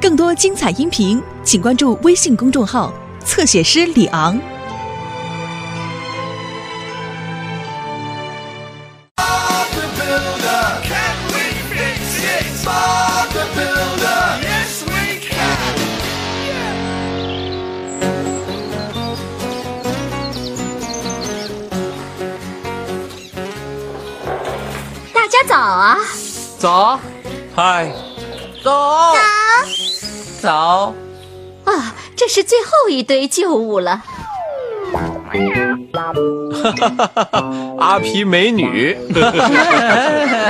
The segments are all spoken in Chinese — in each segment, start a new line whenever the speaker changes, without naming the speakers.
更多精彩音频，请关注微信公众号“侧写师李昂”。
Bob the Builder. Can we fix it? Bob the Builder. Yes, we can.
大家早啊！
早，
嗨，
早，早，
啊，这是最后一堆旧物了。
阿皮美女，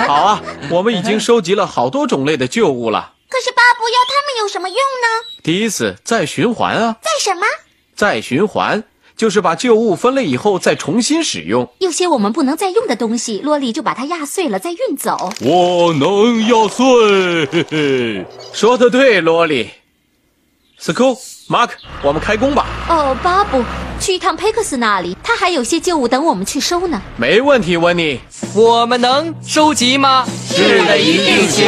好啊！我们已经收集了好多种类的旧物了。
可是巴布要它们有什么用呢？
第一次再循环啊，
在什么？
再循环就是把旧物分类以后再重新使用。
有些我们不能再用的东西，洛丽就把它压碎了再运走。
我能压碎，嘿嘿。
说的对，萝莉。s c o o Mark，我们开工吧。
哦，巴布，去一趟佩克斯那里，他还有些旧物等我们去收呢。
没问题，温妮。
我们能收集吗？
是的，一定行。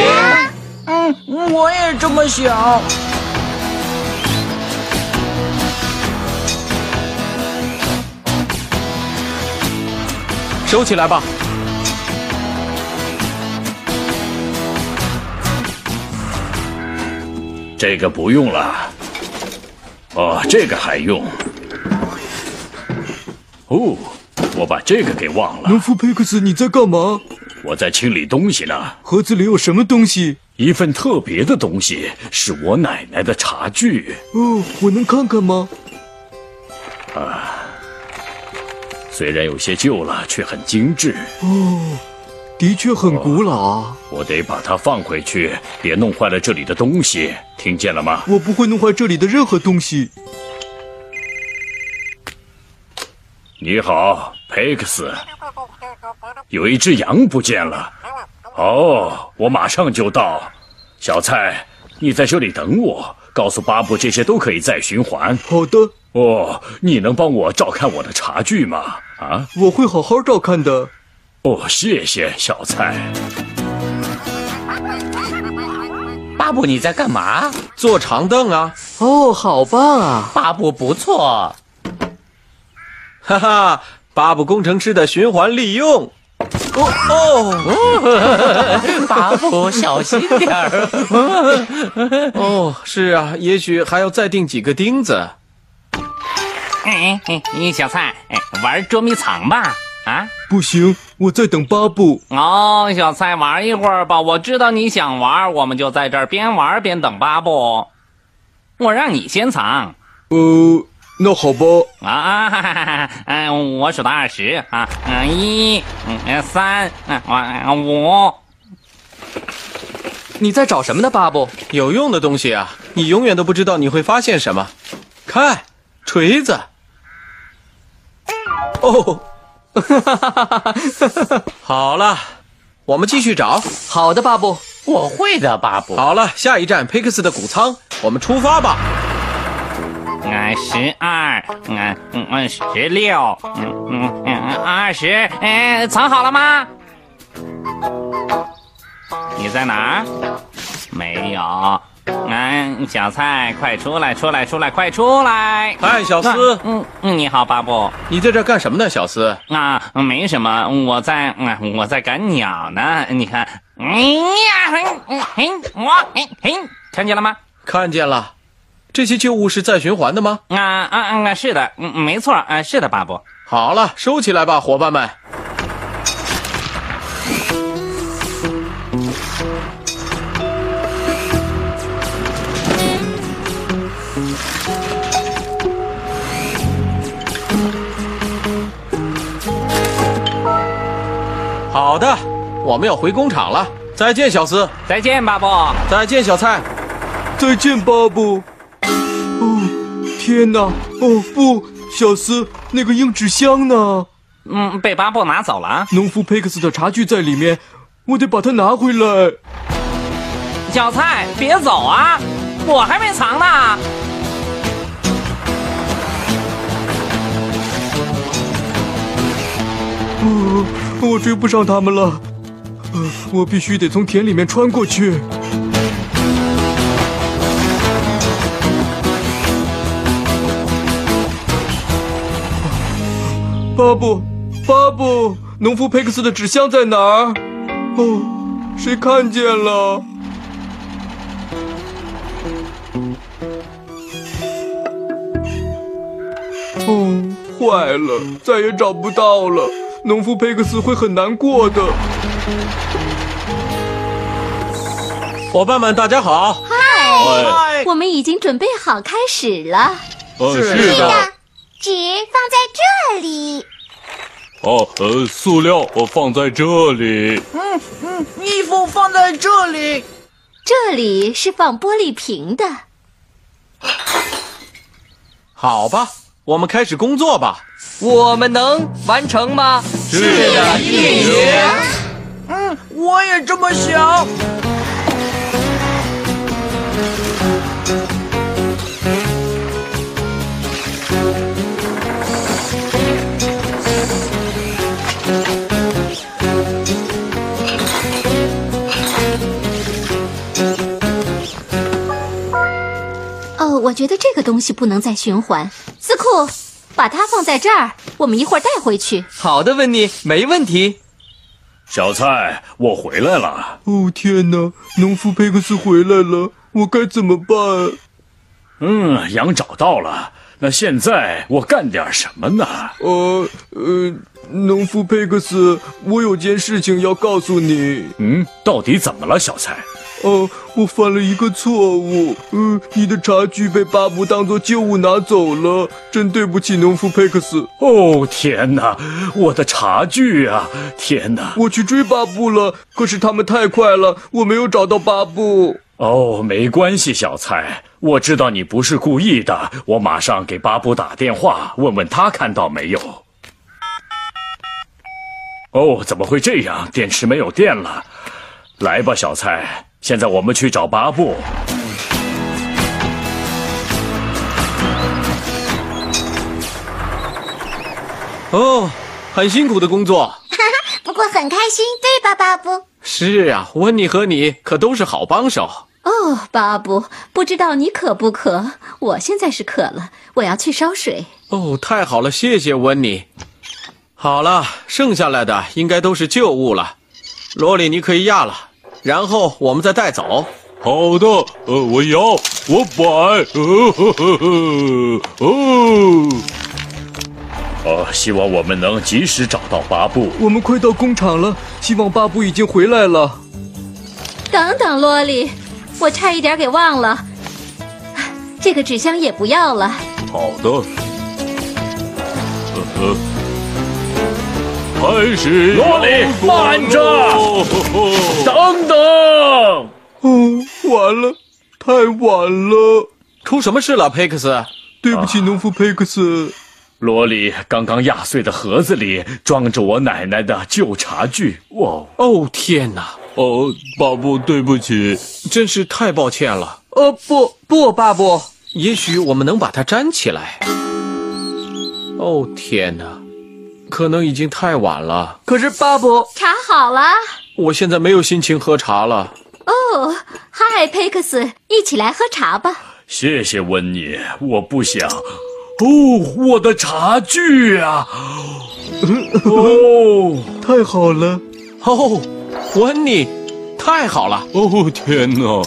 嗯，我也这么想。
收起来吧。
这个不用了。哦，这个还用。哦，我把这个给忘了。
农夫佩克斯，你在干嘛？
我在清理东西呢，
盒子里有什么东西？
一份特别的东西，是我奶奶的茶具。
哦，我能看看吗？
虽然有些旧了，却很精致。
的确很古老啊，
我得把它放回去，别弄坏了这里的东西。听见了吗？
我不会弄坏这里的任何东西。
你好，佩克斯。有一只羊不见了。哦，我马上就到。小蔡，你在这里等我，告诉巴布这些都可以再循环。
好的，
哦，你能帮我照看我的茶具吗？啊，
我会好好照看的。
哦，谢谢，小蔡。
巴布，你在干嘛？
坐长凳啊，
哦，好棒啊！
巴布不错，
哈哈！巴布工程师的循环利用。
哦
巴布小心点儿。
哦，是啊，也许还要再钉几个钉子。
哎哎哎，小蔡，哎，玩捉迷藏吧！啊，
不行，我在等巴布。
哦，小蔡，玩一会儿吧。我知道你想玩，我们就在这儿边玩边等巴布。我让你先藏
呃，那好吧，
啊！哈哈哈哈哎，我数到二十啊，嗯，一，嗯，三，嗯，啊五。
你在找什么呢，巴布？
有用的东西啊，你永远都不知道你会发现什么。看，锤子。哦， 好了，我们继续找。
好的，巴布。
我会的，巴布。
好了，下一站佩克斯的谷仓，我们出发吧。
嗯，十二，嗯嗯嗯，十六，嗯嗯嗯，二十，哎，藏好了吗？你在哪儿？没有。嗯，小蔡，快出来，出来，出来，快出来！
嗨，哎小斯，
嗯嗯，你好，巴布。
你在这儿干什么呢？小斯，
啊，没什么，我在，嗯，我在赶鸟呢。你看，嗯呀，嗯嗯，我，嗯嗯，看见了吗？
看见了，这些旧物是再循环的吗？
啊啊啊！是的，嗯，没错，啊，是的，巴布。
好了，收起来吧，伙伴们。好的，我们要回工厂了。再见，小斯。
再见，巴布。
再见，小蔡。
再见，巴布。哦，天哪！哦不，小斯，那个硬纸箱呢？
嗯，被巴布拿走了啊。
农夫佩克斯的茶具在里面，我得把它拿回来。
小蔡，别走啊！我还没藏呢。
哦，呃我追不上他们了。呃，我必须得从田里面穿过去。巴布，巴布，农夫佩克斯的纸箱在哪儿？哦，谁看见了？哦，坏了，再也找不到了。农夫佩克斯会很难过的。
伙伴们，大家好！
哎，
我们已经准备好开始了。
呃，
是
是的，
纸放在这里，
哦，呃，塑料我放在这里，
衣服放在这里，
这里是放玻璃瓶的，
好吧，我们开始工作吧。
我们能完成吗？
是的，一
定我也这么想。
哦，我觉得这个东西不能再循环。司库，把它放在这儿，我们一会儿带回去。
好的，温妮，没问题。
小蔡，我回来了。
哦天哪，农夫佩克斯回来了，我该怎么办？
嗯，羊找到了。那现在我干点什么呢？
呃呃，农夫佩克斯，我有件事情要告诉你。
嗯，到底怎么了，小蔡？
哦，我犯了一个错误。嗯，你的茶具被巴布当做旧物拿走了，真对不起，农夫佩克斯。
哦天哪，我的茶具啊！天哪！
我去追巴布了，可是他们太快了，我没有找到巴布。
哦，没关系，小蔡，我知道你不是故意的。我马上给巴布打电话，问问他看到没有。哦，怎么会这样？电池没有电了。来吧，小蔡，现在我们去找巴布。
哦，很辛苦的工作。
不过很开心，对吧，巴布？
是啊，温妮和你可都是好帮手。
哦，巴布，不知道你渴不渴？我现在是渴了，我要去烧水。
哦，太好了，谢谢温妮。好了，剩下来的应该都是旧物了。罗里，你可以压了，然后我们再带走。
好的，呃，我摇，我摆，哦呵呵呵，哦，
哦，希望我们能及时找到巴布。
我们快到工厂了，希望巴布已经回来了。
等等，洛莉，我差一点给忘了，这个纸箱也不要了。
好的，呃呃，开始，
罗里慢 着
哦呵呵
等等，
哦，完了，太晚了。
出什么事了，佩克斯？
对不起，农夫佩克斯。
罗里刚刚压碎的盒子里装着我奶奶的旧茶具。哇哦，
哦天哪，
哦，巴布，对不起，
真是太抱歉了。
呃，不不，巴布，
也许我们能把它粘起来。哦天哪，可能已经太晚了，
可是巴布，
查好了。
我现在没有心情喝茶了。
哦，嗨，佩克斯，一起来喝茶吧。
谢谢温妮，我不想。哦，我的茶具啊！哦，
太好了，
哦，温妮，太好了！
哦天哪！